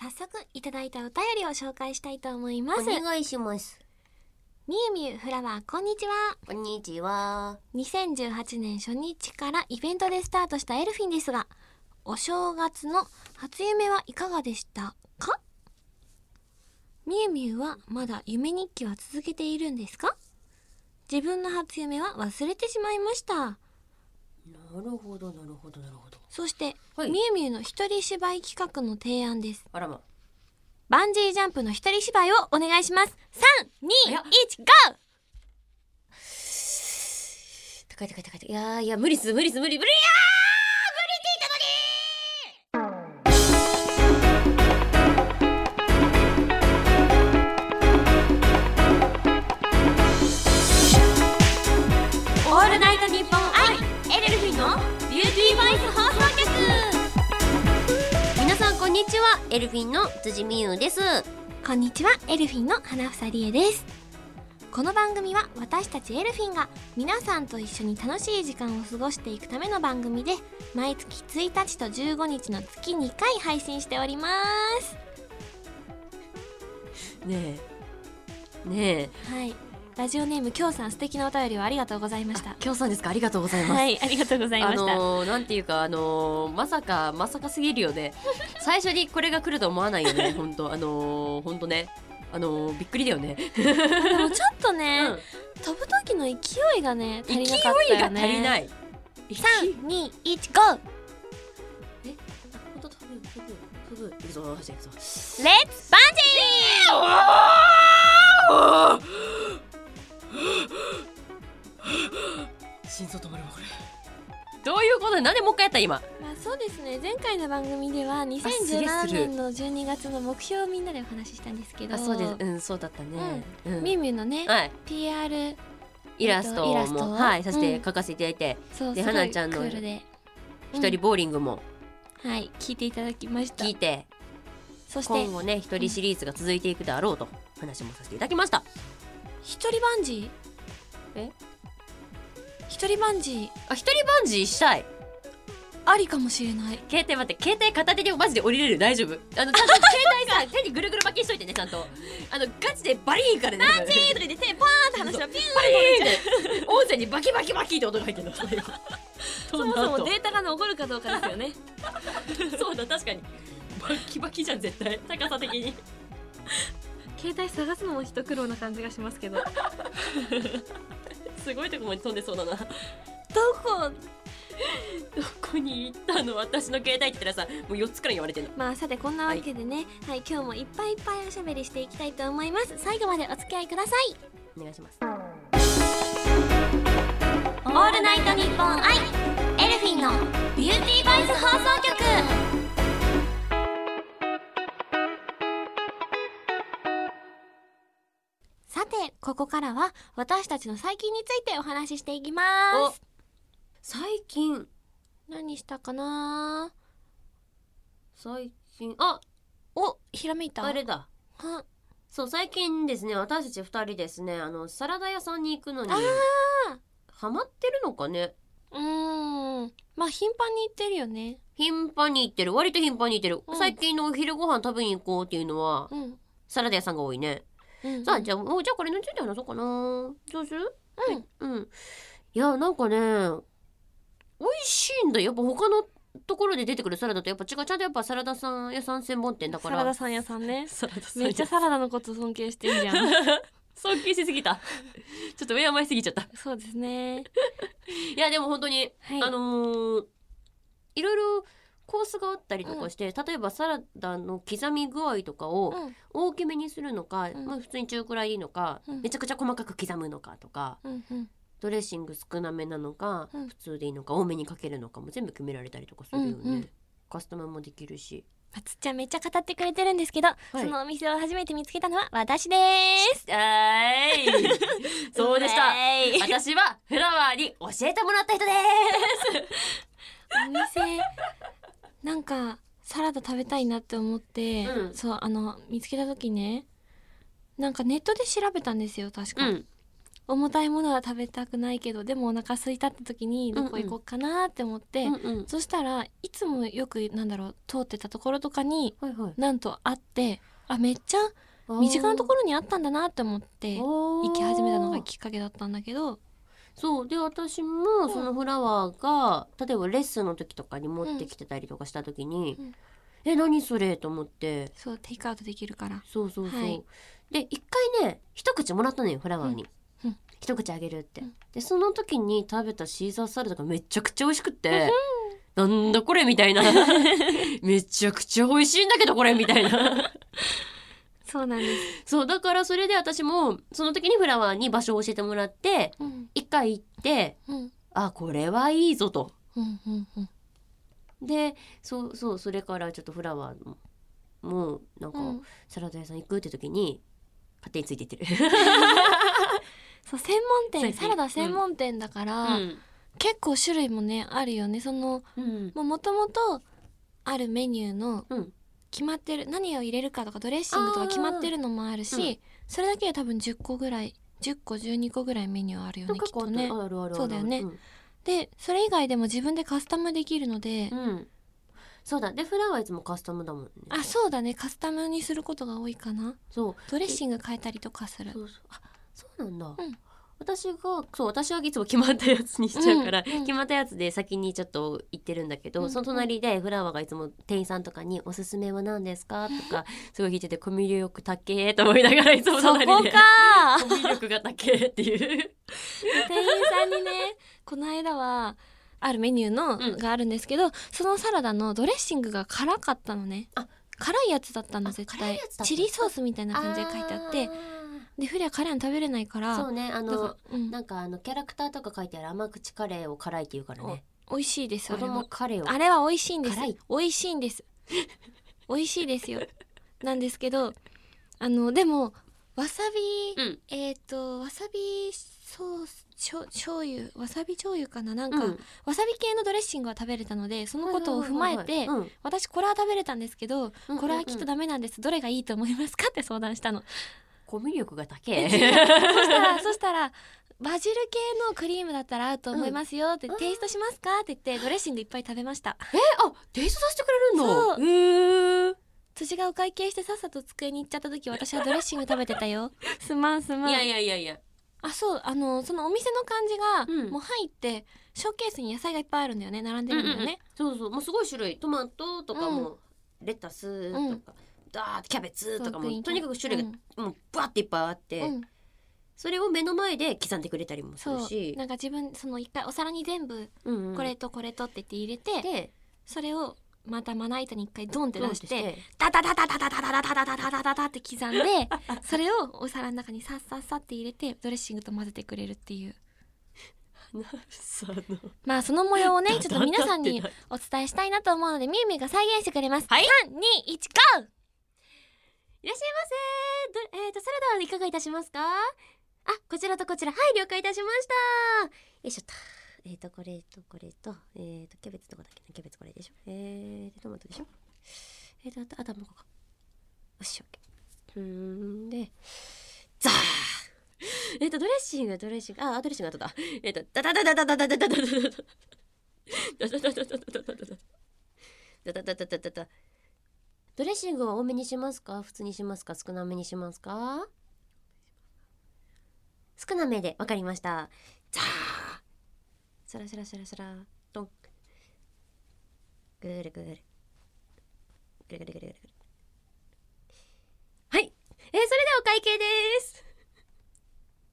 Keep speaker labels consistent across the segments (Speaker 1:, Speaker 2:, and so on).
Speaker 1: 早速いただいたお便りを紹介したいと思います
Speaker 2: お願いします
Speaker 1: みゆみゆフラワーこんにちは
Speaker 2: こんにちは
Speaker 1: 2018年初日からイベントでスタートしたエルフィンですがお正月の初夢はいかがでしたかみゆみゆはまだ夢日記は続けているんですか自分の初夢は忘れてしまいました
Speaker 2: なるほどなるほどなるほど
Speaker 1: そして、
Speaker 2: はい
Speaker 1: みゆみゆの一人芝居企画の提案です
Speaker 2: あらま
Speaker 1: バンジージャンプの一人芝居をお願いします321
Speaker 2: 早っ
Speaker 1: GO!
Speaker 2: 高い高い高い高いいやーいや無理っす無理っす無理無理いや
Speaker 1: オールナイトニッポン愛エルフィのビューティーバイス放送局
Speaker 2: ー皆さんこんにちはエルフィンの辻美優です
Speaker 1: こんにちはエルフィンの花房理恵ですこの番組は私たちエルフィンが皆さんと一緒に楽しい時間を過ごしていくための番組で毎月1日と15日の月2回配信しております
Speaker 2: ねえねえ
Speaker 1: はいラジオネームきょうさん素敵なお便りをありがとうございました
Speaker 2: 今日さんですかありがとうございます、
Speaker 1: はいありがとうございま
Speaker 2: あ
Speaker 1: した、
Speaker 2: のー、なんていうかあのー、まさかまさかすぎるよね最初にこれが来ると思わないよね本当あのー、本当ねあのー、びっくりだよね
Speaker 1: でもちょっとね、
Speaker 2: うん
Speaker 1: 飛ぶ時の勢いがね足
Speaker 2: 勢い
Speaker 1: り
Speaker 2: が
Speaker 1: なかったよ
Speaker 2: 足
Speaker 1: ね
Speaker 2: りないい
Speaker 1: 三二一ゴー
Speaker 2: 本当飛ぶ飛ぶ飛ぶ行くぞ走れ行くぞ
Speaker 1: レッツバンジ
Speaker 2: 心臓止まるわこれどういうことなんでもう一回やった今
Speaker 1: ーまあそうですね前回の番組では
Speaker 2: するす
Speaker 1: 2017
Speaker 2: る
Speaker 1: 年の12月の目標をみんなでお話ししたんですけど
Speaker 2: あそうですうんそうだったね、うん
Speaker 1: みゆみゆのね
Speaker 2: はい
Speaker 1: PR
Speaker 2: イラスト
Speaker 1: えっとイ
Speaker 2: も、
Speaker 1: ラストを
Speaker 2: はいさせて
Speaker 1: うん
Speaker 2: 書かせていただいて
Speaker 1: そう
Speaker 2: です
Speaker 1: ごい
Speaker 2: 花ちゃんの
Speaker 1: クールで
Speaker 2: 一、人ボーリングも
Speaker 1: うんはい聞いていただきました
Speaker 2: 聞いて、
Speaker 1: そして
Speaker 2: 今後ね一人シリーズが続いていくであろうと話もさせていただきました
Speaker 1: 一人バンジー
Speaker 2: え
Speaker 1: 一人バンジ
Speaker 2: あ一人バンジーしたい
Speaker 1: ーありかもしれない
Speaker 2: 携帯待って携帯片手でマジで降りれる大丈夫あのちゃんと携 帯さ手にぐるぐる巻きしといてねちゃんとあのガチでバリーンからねバリ
Speaker 1: えーとか言って手パーンって話がピューン
Speaker 2: ーンで音声にバキバキバキって音が入ってるの
Speaker 1: そ
Speaker 2: そ
Speaker 1: も
Speaker 2: も
Speaker 1: そ
Speaker 2: そ
Speaker 1: も
Speaker 2: も
Speaker 1: データが残るかどうかですよね
Speaker 2: そうだ確かにバッキバキじゃん絶対高さ的に
Speaker 1: 携帯探すのも一苦労な感じがしますけどど
Speaker 2: すごいとこまで飛んでそうだなど
Speaker 1: こ
Speaker 2: こに行ったの私の携帯って言ったらさもう4つくらい言われてるの
Speaker 1: まあさてこんなわけでねはい、今日もいっぱいいっぱいおしゃべりしていきたいと思います最後までお付き合いください
Speaker 2: お願いします
Speaker 1: オールナイトニッポンアイエルフィンのビューティーバイス放送局さてここからは私たちの最近についてお話ししていきます
Speaker 2: 最近
Speaker 1: 何したかな
Speaker 2: 最近あ
Speaker 1: おひらめいた
Speaker 2: あれだ
Speaker 1: は
Speaker 2: そう最近ですね私たち2人ですねあのサラダ屋さんに行くのに
Speaker 1: あー
Speaker 2: ハマってるのかね
Speaker 1: うーんまあ頻繁に言ってるよね
Speaker 2: 頻繁に行ってる割と頻繁に行ってる、
Speaker 1: うん
Speaker 2: 最近のお昼ご飯食べに行こうっていうのは
Speaker 1: うん
Speaker 2: サラダ屋さんが多いね、
Speaker 1: うん
Speaker 2: さあじゃあもうじゃあこれについて話そうかなどうする
Speaker 1: うん
Speaker 2: うんいやなんかね美味しいんだよやっぱ他のところで出てくるサラダとやっぱ違うちゃんとやっぱサラダさん屋さん専門店だか
Speaker 1: サ
Speaker 2: ら
Speaker 1: ラダさん屋さんね
Speaker 2: サラダさん
Speaker 1: めっちゃサラダのこと尊敬してるじゃん
Speaker 2: 尊敬しすぎたちょっと上甘いすぎちゃった
Speaker 1: そうですね
Speaker 2: いやでも本当に
Speaker 1: はい
Speaker 2: あのーいろいろコースがあったりとかして、例えばサラダの刻み具合とかを
Speaker 1: うん
Speaker 2: 大きめにするのか、
Speaker 1: うん
Speaker 2: まあ、普通に中くらいでいいのか、
Speaker 1: うん
Speaker 2: めちゃくちゃ細かく刻むのかとか
Speaker 1: うんうん
Speaker 2: ドレッシング少なめなのか、
Speaker 1: うん
Speaker 2: 普通でいいのか多めにかけるのかも全部決められたりとかするよね、
Speaker 1: うんうん
Speaker 2: カスタマーもできるし
Speaker 1: まつっちゃんめっちゃ語ってくれてるんですけど、
Speaker 2: い
Speaker 1: そのお店を初めて見つけたのは私です
Speaker 2: はい そうでした
Speaker 1: はい
Speaker 2: 私はフラワーに教えてもらった人で
Speaker 1: お店なんかサラダ食べたいなって思って、
Speaker 2: うん
Speaker 1: そうあの見つけた時ねなんかネットで調べたんですよ確
Speaker 2: すう
Speaker 1: か、
Speaker 2: ん
Speaker 1: 重たいものは食べたくないけどでもお腹空いたって時にどこ行こうかなって思って、
Speaker 2: うんうん
Speaker 1: そしたらいつもよくなんだろう通ってたところとかに
Speaker 2: はいはい
Speaker 1: なんとあってあめっちゃ身近なところにあったんだなって思って
Speaker 2: 行
Speaker 1: 行き始めたのがきっかけだったんだけど
Speaker 2: そうで私もそのフラワーが、例えばレッスンの時とかに持ってきてたりとかした時に「
Speaker 1: うん
Speaker 2: え何それ?」と思って
Speaker 1: そうテイクアウトできるから
Speaker 2: そうそうそう、
Speaker 1: はい
Speaker 2: で一回ね一口もらったのよフラワーに、
Speaker 1: うんうん
Speaker 2: 一口あげるって、
Speaker 1: うん
Speaker 2: でその時に食べたシーザーサラダがめちゃくちゃ美味しくってなんだこれみた いなめちゃくちゃ美味しいんだけどこれみたいな
Speaker 1: そうなんです、
Speaker 2: そうだからそれで私もその時にフラワーに場所を教えてもらって
Speaker 1: うん
Speaker 2: 一回行って
Speaker 1: うん
Speaker 2: あこれはいいぞと
Speaker 1: うんうんうん
Speaker 2: でそうそうそれからちょっとフラワーももうなんか
Speaker 1: うん
Speaker 2: サラダ屋さん行くって時に勝手についていってる、
Speaker 1: そう専門
Speaker 2: 最
Speaker 1: 店
Speaker 2: 近
Speaker 1: サラダ専門店だから、
Speaker 2: うん
Speaker 1: 結構種類もねあるよねその
Speaker 2: うん
Speaker 1: もともとあるメニューの
Speaker 2: うん
Speaker 1: 決まってる何を入れるかとかドレッシングとか
Speaker 2: あー
Speaker 1: 決まってるのもあるし、
Speaker 2: う
Speaker 1: それだけで多分10個ぐらい10個12個ぐらいメニューあるよねきっとね
Speaker 2: あるあるある
Speaker 1: そうだよね
Speaker 2: うん
Speaker 1: でそれ以外でも自分でカスタムできるので、
Speaker 2: うんそうだでフラワーいつもカスタムだもんね
Speaker 1: あそうだねカスタムにすることが多いかな
Speaker 2: そう
Speaker 1: ドレッシング変えたりとかす る
Speaker 2: そうそうあそうなんだ、
Speaker 1: ん
Speaker 2: 私がそう私はいつも決まったやつにしちゃうから、
Speaker 1: うんうん
Speaker 2: 決まったやつで先にちょっと行ってるんだけど、
Speaker 1: うんうん
Speaker 2: その隣でフラワーがいつも店員さんとかに「おすすめは何ですか?」とかすごい聞いてて「コミュ力高え」と思いながらいつも
Speaker 1: そこ
Speaker 2: 隣
Speaker 1: か
Speaker 2: でコミュ力が高えって いう。
Speaker 1: 店員さんにねこの間はあるメニューの、
Speaker 2: うん
Speaker 1: があるんですけどそのサラダのドレッシングが辛かったのね
Speaker 2: あ
Speaker 1: 辛いやつだったの
Speaker 2: あ
Speaker 1: 絶
Speaker 2: 辛
Speaker 1: 対
Speaker 2: いやつだった
Speaker 1: チリソースみたいな感じで書いてあって
Speaker 2: あ
Speaker 1: でフリア辛いの食べれないか
Speaker 2: ー
Speaker 1: ら
Speaker 2: そうね
Speaker 1: だか
Speaker 2: あの
Speaker 1: らうん
Speaker 2: なんかあのキャラクターとか書いてある甘口カレーを辛いって言うからね
Speaker 1: 美味しいです
Speaker 2: 子
Speaker 1: あれ
Speaker 2: 供
Speaker 1: は
Speaker 2: カレーを
Speaker 1: あれは美味しいんです
Speaker 2: 辛い
Speaker 1: 美味しいんです美味しいですよなんですけどあのでもわさび、
Speaker 2: うん
Speaker 1: えっ、とわさびソースしょ醤油わさび醤油かななんか、
Speaker 2: うん
Speaker 1: わさび系のドレッシングは食べれたのでそのことを踏まえ
Speaker 2: はいは
Speaker 1: て
Speaker 2: いはいはい
Speaker 1: 私これは食べれたんですけど
Speaker 2: うん
Speaker 1: これはきっとダメなんですどれがいいと思いますかって相談した の
Speaker 2: コミュ力が高え
Speaker 1: そした らそしたらバジル系のクリームだったら合うと思いますよって、
Speaker 2: うん
Speaker 1: テイストしますかって言ってドレッシングいっぱい食べました
Speaker 2: あテイストさせてくれるの
Speaker 1: そう
Speaker 2: へー
Speaker 1: 辻がお会計してさっさと机に行っちゃった時私はドレッシング食べてたよすまんすまん
Speaker 2: いやいやいやいや
Speaker 1: あそうあのそのお店の感じが、
Speaker 2: うん
Speaker 1: もう入ってショーケースに野菜がいっぱいあるんだよね並んでるんだよね、
Speaker 2: そうそうもうすごい種類トマトとかもレタス
Speaker 1: う
Speaker 2: と
Speaker 1: ん
Speaker 2: かダーッキャベツとか
Speaker 1: そうグリー
Speaker 2: も
Speaker 1: ン
Speaker 2: とにかく種類
Speaker 1: うん
Speaker 2: がもうバっていっぱいあって
Speaker 1: うん
Speaker 2: それを目の前で刻んでくれたりもす
Speaker 1: そ
Speaker 2: る
Speaker 1: う
Speaker 2: し
Speaker 1: なんか自分その一回お皿に全部
Speaker 2: うんうん
Speaker 1: これとこれとって言って入れて、
Speaker 2: で
Speaker 1: それをまたまな板に一回ドンって
Speaker 2: どう
Speaker 1: 出
Speaker 2: し
Speaker 1: しててダダダダダダダダダダダダダダダって刻んでそれをお皿の中にさっさっさって入れてドレッシングと混ぜてくれるっていう
Speaker 2: なその
Speaker 1: まあその模様をねちょっと皆さん
Speaker 2: ダ
Speaker 1: に
Speaker 2: ダダっ
Speaker 1: お伝えしたいなと思うのでみゆみゆが再現してくれます、
Speaker 2: はい
Speaker 1: 321GO!
Speaker 2: いらっしゃいませどえー、とサラダはいかがいたしますかあこちらとこちらはい了解いたしましたよいしょっとえっ、とこれとこれとえっ、とキャベツどこだっけなキャベツこれでしょえー、でトマトでしょえっ、とあとあ卵かよし OK うーんでザーえっ、とドレッシングドレッシングああドレッシングあとだえっ、とダダダダダダダダダダダダダダダダダダダダダダダダダダダドレッシングは多めにしますか普通にしますか少なめにしますか少なめでわかりましたザーサラサラサラサラドンぐるぐるぐるぐるぐるぐるぐるはいえー、それでお会計です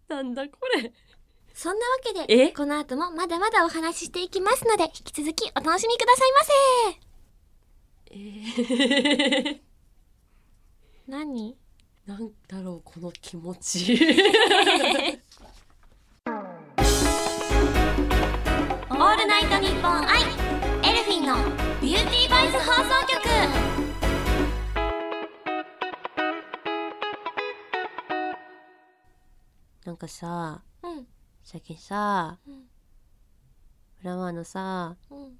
Speaker 2: なんだこれ
Speaker 1: そんなわけ
Speaker 2: え
Speaker 1: でこの後もまだまだお話ししていきますので引き続きお楽しみくださいませ何
Speaker 2: なんだろうこの気持ち
Speaker 1: オールナイトニッポン愛エルフィンのビューティーバイス放送局
Speaker 2: なんかさ
Speaker 1: うん
Speaker 2: 最近さ
Speaker 1: うん
Speaker 2: フラワーのさ
Speaker 1: うん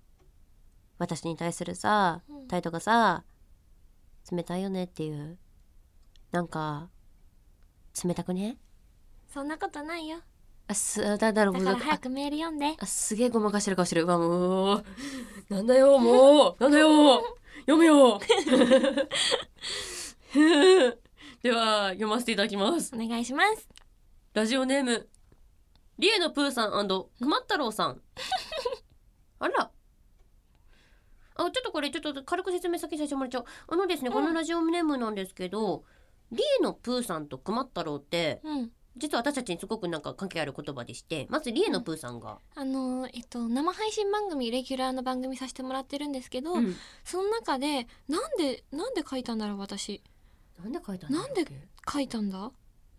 Speaker 2: 私に対するさ
Speaker 1: うん
Speaker 2: 態度がさ冷たいよねっていうなんか冷たくね
Speaker 1: そんなことないよ
Speaker 2: あすだだろう
Speaker 1: だ
Speaker 2: も
Speaker 1: か
Speaker 2: うなん
Speaker 1: ら
Speaker 2: か
Speaker 1: 早くメール読んで。
Speaker 2: あすげえごまかしてる顔してるうわもうなんだよ もうなんだよ読めよ では読ませていただきます
Speaker 1: お願いします。
Speaker 2: ラジオネームリエのプーさん熊太 郎さんあらあちょっとこれちょっと軽く説明先させてもらっちゃうあのですね、
Speaker 1: うん
Speaker 2: このラジオネームなんですけどリエのプーさんと熊太郎って
Speaker 1: うん。
Speaker 2: 実は私たちにすごくなんか関係ある言葉でしてまずリエのプーさんが、
Speaker 1: あのーえっと生配信番組レギュラーの番組させてもらってるんですけど、
Speaker 2: うん
Speaker 1: その中でなんでなんで書いたんだろう私
Speaker 2: なんで書いたんだっけ
Speaker 1: なん書いたんだ。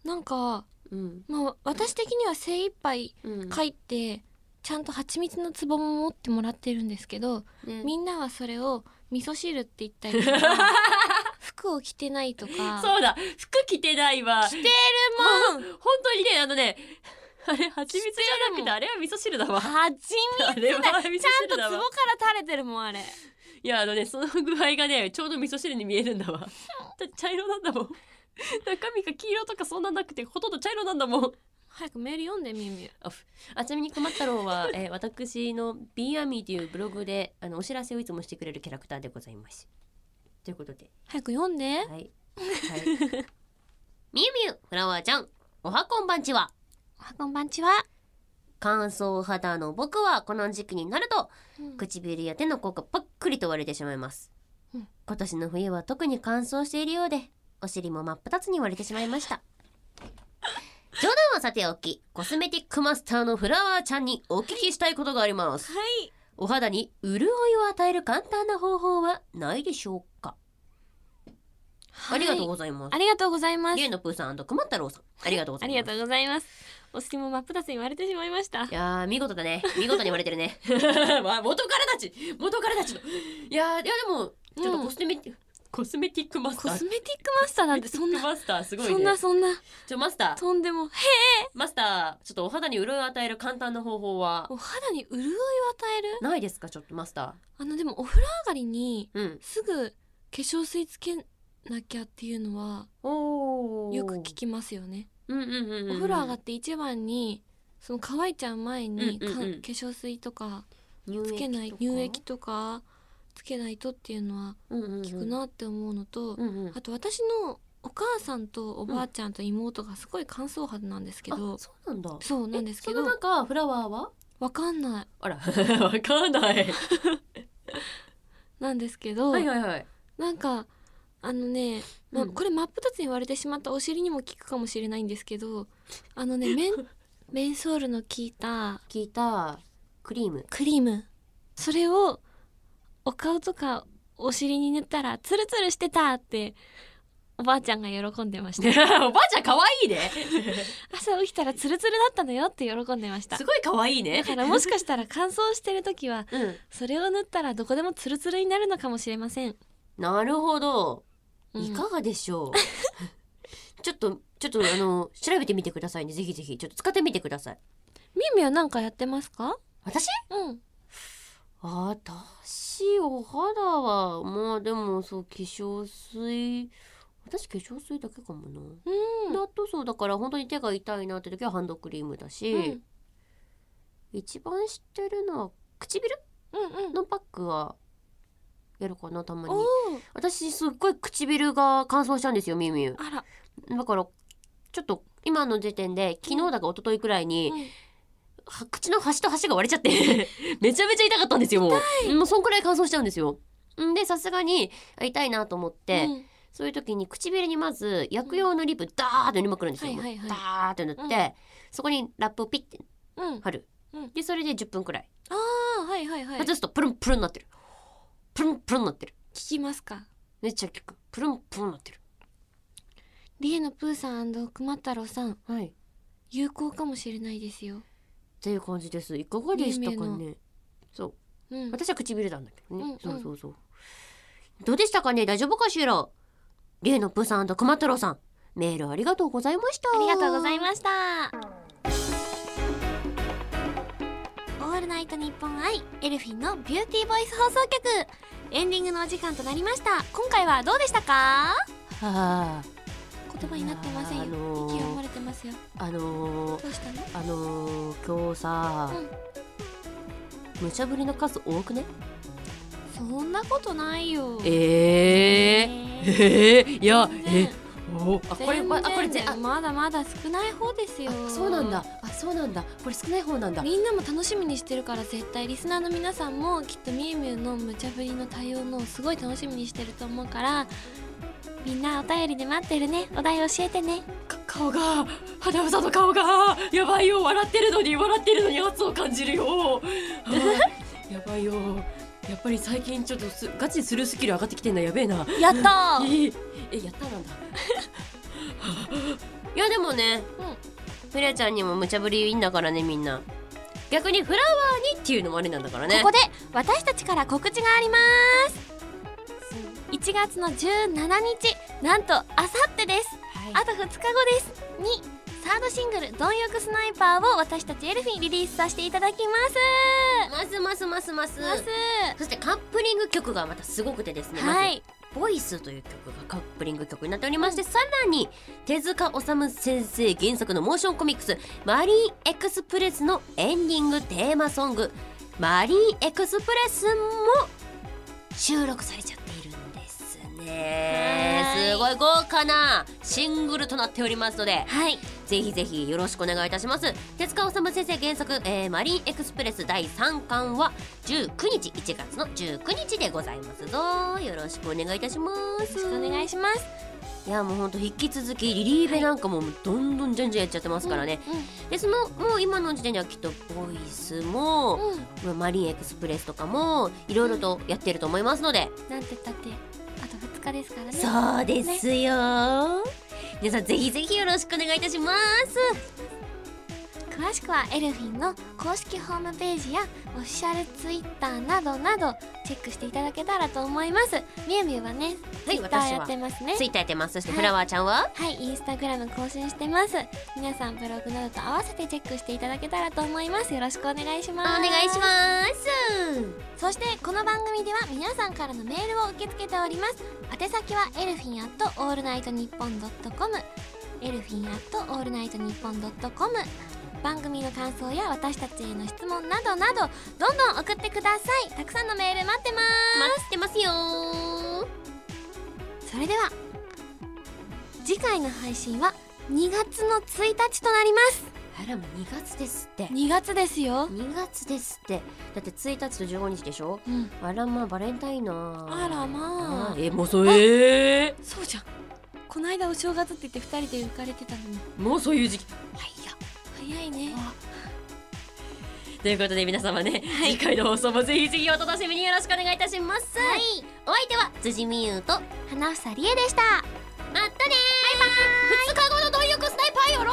Speaker 1: なんか
Speaker 2: うん
Speaker 1: まあ私的には精一杯
Speaker 2: うん
Speaker 1: 書いてちゃんと蜂蜜の壺も持ってもらってるんですけど、
Speaker 2: ね
Speaker 1: みんなはそれを味噌汁って言ったりとか 服を着てないとか
Speaker 2: そうだ服着てないわ
Speaker 1: 着てる もん
Speaker 2: 本当にねあのね あれ蜂蜜じゃなくてあれは味噌汁だわ
Speaker 1: 蜂
Speaker 2: あ
Speaker 1: 蜜
Speaker 2: れは
Speaker 1: だ
Speaker 2: 味噌
Speaker 1: ちゃんと壺
Speaker 2: 汁
Speaker 1: から
Speaker 2: だわ
Speaker 1: 垂れてるもんあれ
Speaker 2: いやあのねその具合がねちょうど味噌汁に見えるんだわだ って茶色なんだ もん中身が黄色とかそんななくてほとんど茶色なんだもん
Speaker 1: 早くメール読んでみゆみゆ
Speaker 2: あちなみに熊太郎は、えー私の「ビーアミーというブログであのお知らせをいつもしてくれるキャラクターでございますということで
Speaker 1: 早く読んで
Speaker 2: はい、はい、みゆみゆフラワーちゃんおはこんばんちは
Speaker 1: おはこんばんちは、
Speaker 2: 乾燥肌の僕はこの時期になると
Speaker 1: うん
Speaker 2: 唇や手の甲がパックリと割れてしまいます、
Speaker 1: うん
Speaker 2: 今年の冬は特に乾燥しているようでお尻も真っ二つに割れてしまい ました冗談はさておきコスメティックマスターのフラワーちゃんにお聞きしたいことがあります
Speaker 1: はい
Speaker 2: お肌に潤いを与える簡単な方法はないでしょうか、ありがとう
Speaker 1: はい
Speaker 2: ございます
Speaker 1: ありがとうございます
Speaker 2: リエのプーさん熊太郎さんありがとうござ
Speaker 1: あ
Speaker 2: いま
Speaker 1: り
Speaker 2: す
Speaker 1: がとうございますお尻も真っ二つに割れてしまいました
Speaker 2: いやー見事だね見事に割れてる ねまあ元からたち元からたちのいやーいやでもちょっとコスメ、コスメティックマス
Speaker 1: コ
Speaker 2: ター
Speaker 1: スメティックマスターなんてそんな
Speaker 2: マスターすごいね
Speaker 1: そんなそんな
Speaker 2: ちょマスター
Speaker 1: とんでもへ
Speaker 2: マスターちょっとお肌に潤いを与える簡単な方法は
Speaker 1: お肌に潤いを与える
Speaker 2: ないですかちょっとマスタ
Speaker 1: あのでもお風呂上がりに
Speaker 2: ーうん
Speaker 1: すぐ化粧水つけなきゃっていうのは
Speaker 2: お
Speaker 1: よく聞きますよね
Speaker 2: うんうんうんうん、
Speaker 1: お風呂上がって一番にその乾いちゃう前に、
Speaker 2: うんうんう
Speaker 1: か
Speaker 2: ん
Speaker 1: 化粧水とか
Speaker 2: 乳液
Speaker 1: つ
Speaker 2: とか
Speaker 1: けない乳液とかつけないとっていうのは
Speaker 2: うんうんうん
Speaker 1: 効くなって思うのと、
Speaker 2: うんうん
Speaker 1: あと私のお母さんとおばあちゃんと妹がすごい乾燥肌なんですけど、
Speaker 2: あそうなんだ
Speaker 1: そうなんですけ
Speaker 2: えそ
Speaker 1: ど
Speaker 2: の中フラワーは
Speaker 1: わかんない
Speaker 2: あら わかんない
Speaker 1: なんですけど、
Speaker 2: はいはいはい
Speaker 1: なんかあのね、まあ
Speaker 2: うん
Speaker 1: これ真っ二つに割れてしまったお尻にも効くかもしれないんですけどあのねメン メンソールの効いた
Speaker 2: 聞いたクリーム
Speaker 1: クリームそれをお顔とかお尻に塗ったらツルツルしてたっておばあちゃんが喜んでました
Speaker 2: おばあちゃん可愛い ね。
Speaker 1: 朝起きたらツルツルだったのよって喜んでました
Speaker 2: すごい可愛いね
Speaker 1: だ。からもしかしたら乾燥してる時は
Speaker 2: うん。
Speaker 1: それを塗ったらどこでもツルツルになるのかもしれません、
Speaker 2: なるほ
Speaker 1: う
Speaker 2: ど。
Speaker 1: ん
Speaker 2: いかがでしょう。 ちょっとちょっとあの調べてみてくださいね。ぜひぜひちょっと使ってみてください。
Speaker 1: みゆみゆは何かやってますか
Speaker 2: 私？
Speaker 1: うん
Speaker 2: 私お肌はまあでもそう化粧水。私化粧水だけかもな。
Speaker 1: うん
Speaker 2: だとそうだから本当に手が痛いなって時はハンドクリームだし、
Speaker 1: うん
Speaker 2: 一番知ってるのは唇
Speaker 1: うんうん
Speaker 2: のパックはやるかなたまに
Speaker 1: お。ー
Speaker 2: 私すっごい唇が乾燥したんですよみゆみゆ
Speaker 1: あら、
Speaker 2: だからちょっと今の時点で昨日だか一昨日くらいに、
Speaker 1: うん
Speaker 2: は口の端と端が割れちゃって めちゃめちゃ痛かったんですよもうもうそんくらい乾燥しちゃうんですよんでさすがにあ痛いなと思って、
Speaker 1: うん
Speaker 2: そういう時に唇にまず薬用のリップダーッと塗りまくるんですよ、
Speaker 1: はいはいはい
Speaker 2: ダーッと塗って、
Speaker 1: う
Speaker 2: そこにラップをピッて
Speaker 1: うん、
Speaker 2: 貼る、
Speaker 1: うん
Speaker 2: でそれで10分くらい
Speaker 1: ああはいはいはい
Speaker 2: 外すとプルンプルンになってるプルンプルンになってる
Speaker 1: 聞きますか
Speaker 2: めっちゃ効くプルンプルンになってる
Speaker 1: リエのプーさん熊太郎さん
Speaker 2: はい
Speaker 1: 有効かもしれないですよ
Speaker 2: っていう感じですいかがでしたか
Speaker 1: み
Speaker 2: ねそう
Speaker 1: うん
Speaker 2: 私は唇なんだけどね、
Speaker 1: うんうん
Speaker 2: そうそうそうどうでしたかね大丈夫かしら例のプーさんと熊太郎さんメールありがとうございました
Speaker 1: ありがとうござい
Speaker 2: す
Speaker 1: ましたオールナイトニッポンアイエルフィンのビューティーボイス放送局エンディングのお時間となりました今回はどうでしたか
Speaker 2: はあ
Speaker 1: こ言葉になってませんよ
Speaker 3: あのー
Speaker 1: 息を漏れてますよ
Speaker 3: あのー、
Speaker 1: どうしたの
Speaker 3: あのー、今日さ、無茶ぶりの数多くね
Speaker 1: そんなことないよ
Speaker 3: ええ
Speaker 1: え
Speaker 3: ええいや
Speaker 1: 全然
Speaker 3: えおあこれまあこれ
Speaker 1: 全
Speaker 3: ぜ
Speaker 1: 然
Speaker 3: あ
Speaker 1: まだまだ少ない方ですよ
Speaker 3: あそうなんだあそうなんだこれ少ない方なんだ
Speaker 1: みんなも楽しみにしてるから絶対リスナーの皆さんもきっとみゆみゆの無茶ぶりの対応のをすごい楽しみにしてると思うからみんなお便りで待ってるねお題教えてね
Speaker 3: か顔が花房の顔がやばいよ笑ってるのに笑ってるのに圧を感じるよはいやばいよやっぱり最近ちょっとすガチするスキル上がってきてんだやべえな
Speaker 1: やったー
Speaker 3: ええやったなんだ
Speaker 2: いやでもね、フレアちゃんにも無茶ぶりいいんだからねみんな逆にフラワーにっていうのもありなんだからね
Speaker 1: ここで私たちから告知があります1月の17日なんとあさってですあと2日後ですにサードシングル「貪欲スナイパー」を私たちエルフィンリリースさせていただきます
Speaker 2: ますますますます
Speaker 1: ます、
Speaker 2: そしてカップリング曲がまたすごくてですね、まず
Speaker 1: はい
Speaker 2: ボイスという曲がカップリング曲になっておりまして、さらに手塚治虫先生原作のモーションコミックス「マリンエクスプレス」のエンディングテーマソング「マリンエクスプレス」も収録されちゃっているんですね
Speaker 1: はーい
Speaker 2: すごい豪華なシングルとなっておりますので
Speaker 1: はい
Speaker 2: ぜひぜひよろしくお願いいたします手塚治虫先生原作、えーマリンエクスプレス」第3巻は19日1月の19日でございますぞよろしくお願いいたします
Speaker 1: よろしくお願いします
Speaker 2: いやもうほんと引き続きリリーベなんかもどんどんじゃんじゃんやっちゃってますからね、
Speaker 1: うん
Speaker 2: でそのもう今の時点ではきっとボイスも、
Speaker 1: うん
Speaker 2: まあマリンエクスプレスとかもいろいろとやってると思いますので、
Speaker 1: なんて言ったってあと2日ですからね
Speaker 2: そうですよ、皆さんぜひぜひよろしくお願いいたします
Speaker 1: 詳しくはエルフィンの公式ホームページやオフィシャルツイッターなどなどチェックしていただけたらと思いますみゆみゆはねツイッタ
Speaker 2: 私
Speaker 1: ー
Speaker 2: は
Speaker 1: やってますね
Speaker 2: ツイッターやってますそして
Speaker 1: はい
Speaker 2: フラワーちゃんは、
Speaker 1: はいインスタグラム更新してます皆さんブログなどと合わせてチェックしていただけたらと思いますよろしくお願いします
Speaker 2: お願いします
Speaker 1: そしてこの番組では皆さんからのメールを受け付けております宛先はエルフィンアットオールナイトニッポンドットコムエルフィンアットオールナイトニッポンドットコム番組の感想や私たちへの質問などなどどんどん送ってくださいたくさんのメール待ってま
Speaker 2: 待ってますよ
Speaker 1: すそれでは次回の配信は2月の1日となります
Speaker 2: あらもう2月ですって
Speaker 1: 2月ですよ
Speaker 2: 2月ですってだって1日と15日でしょ
Speaker 1: うん
Speaker 2: あらまあバレンタインな
Speaker 1: あらまあ
Speaker 3: えもうそうええ
Speaker 1: そうじゃんこの間お正月って言って2人で浮かれてたのに
Speaker 3: もうそういう時期
Speaker 1: 早いね
Speaker 2: ということで皆様ね、次回の放送もぜひぜひお楽しみによろしくお願いいたします、
Speaker 1: はい
Speaker 2: お相手は辻美優とま
Speaker 1: 花房理恵でした
Speaker 2: たねバイバイ2日後の貪欲スナイパーよ